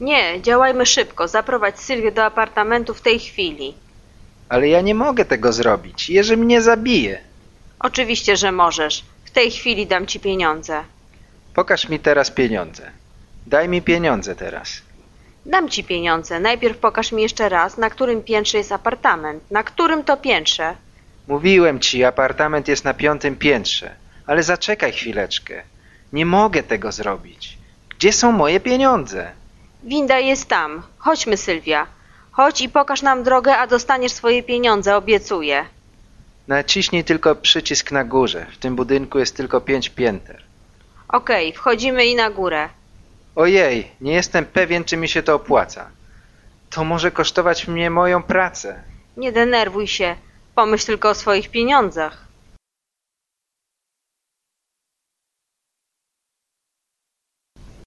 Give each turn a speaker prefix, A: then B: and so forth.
A: Nie, działajmy szybko. Zaprowadź Sylwię do apartamentu w tej chwili.
B: Ale ja nie mogę tego zrobić. Jerzy mnie zabije.
A: Oczywiście, że możesz. W tej chwili dam ci pieniądze.
B: Pokaż mi teraz pieniądze. Daj mi pieniądze teraz.
A: Dam ci pieniądze. Najpierw pokaż mi jeszcze raz, na którym piętrze jest apartament. Na którym to piętrze?
B: Mówiłem ci, apartament jest na piątym piętrze. Ale zaczekaj chwileczkę. Nie mogę tego zrobić. Gdzie są moje pieniądze?
A: Winda jest tam. Chodźmy, Sylwia. Chodź i pokaż nam drogę, a dostaniesz swoje pieniądze, obiecuję.
B: Naciśnij tylko przycisk na górze. W tym budynku jest tylko pięć pięter.
A: Okej, wchodzimy i na górę.
B: Ojej, nie jestem pewien, czy mi się to opłaca. To może kosztować mnie moją pracę.
A: Nie denerwuj się. Pomyśl tylko o swoich pieniądzach.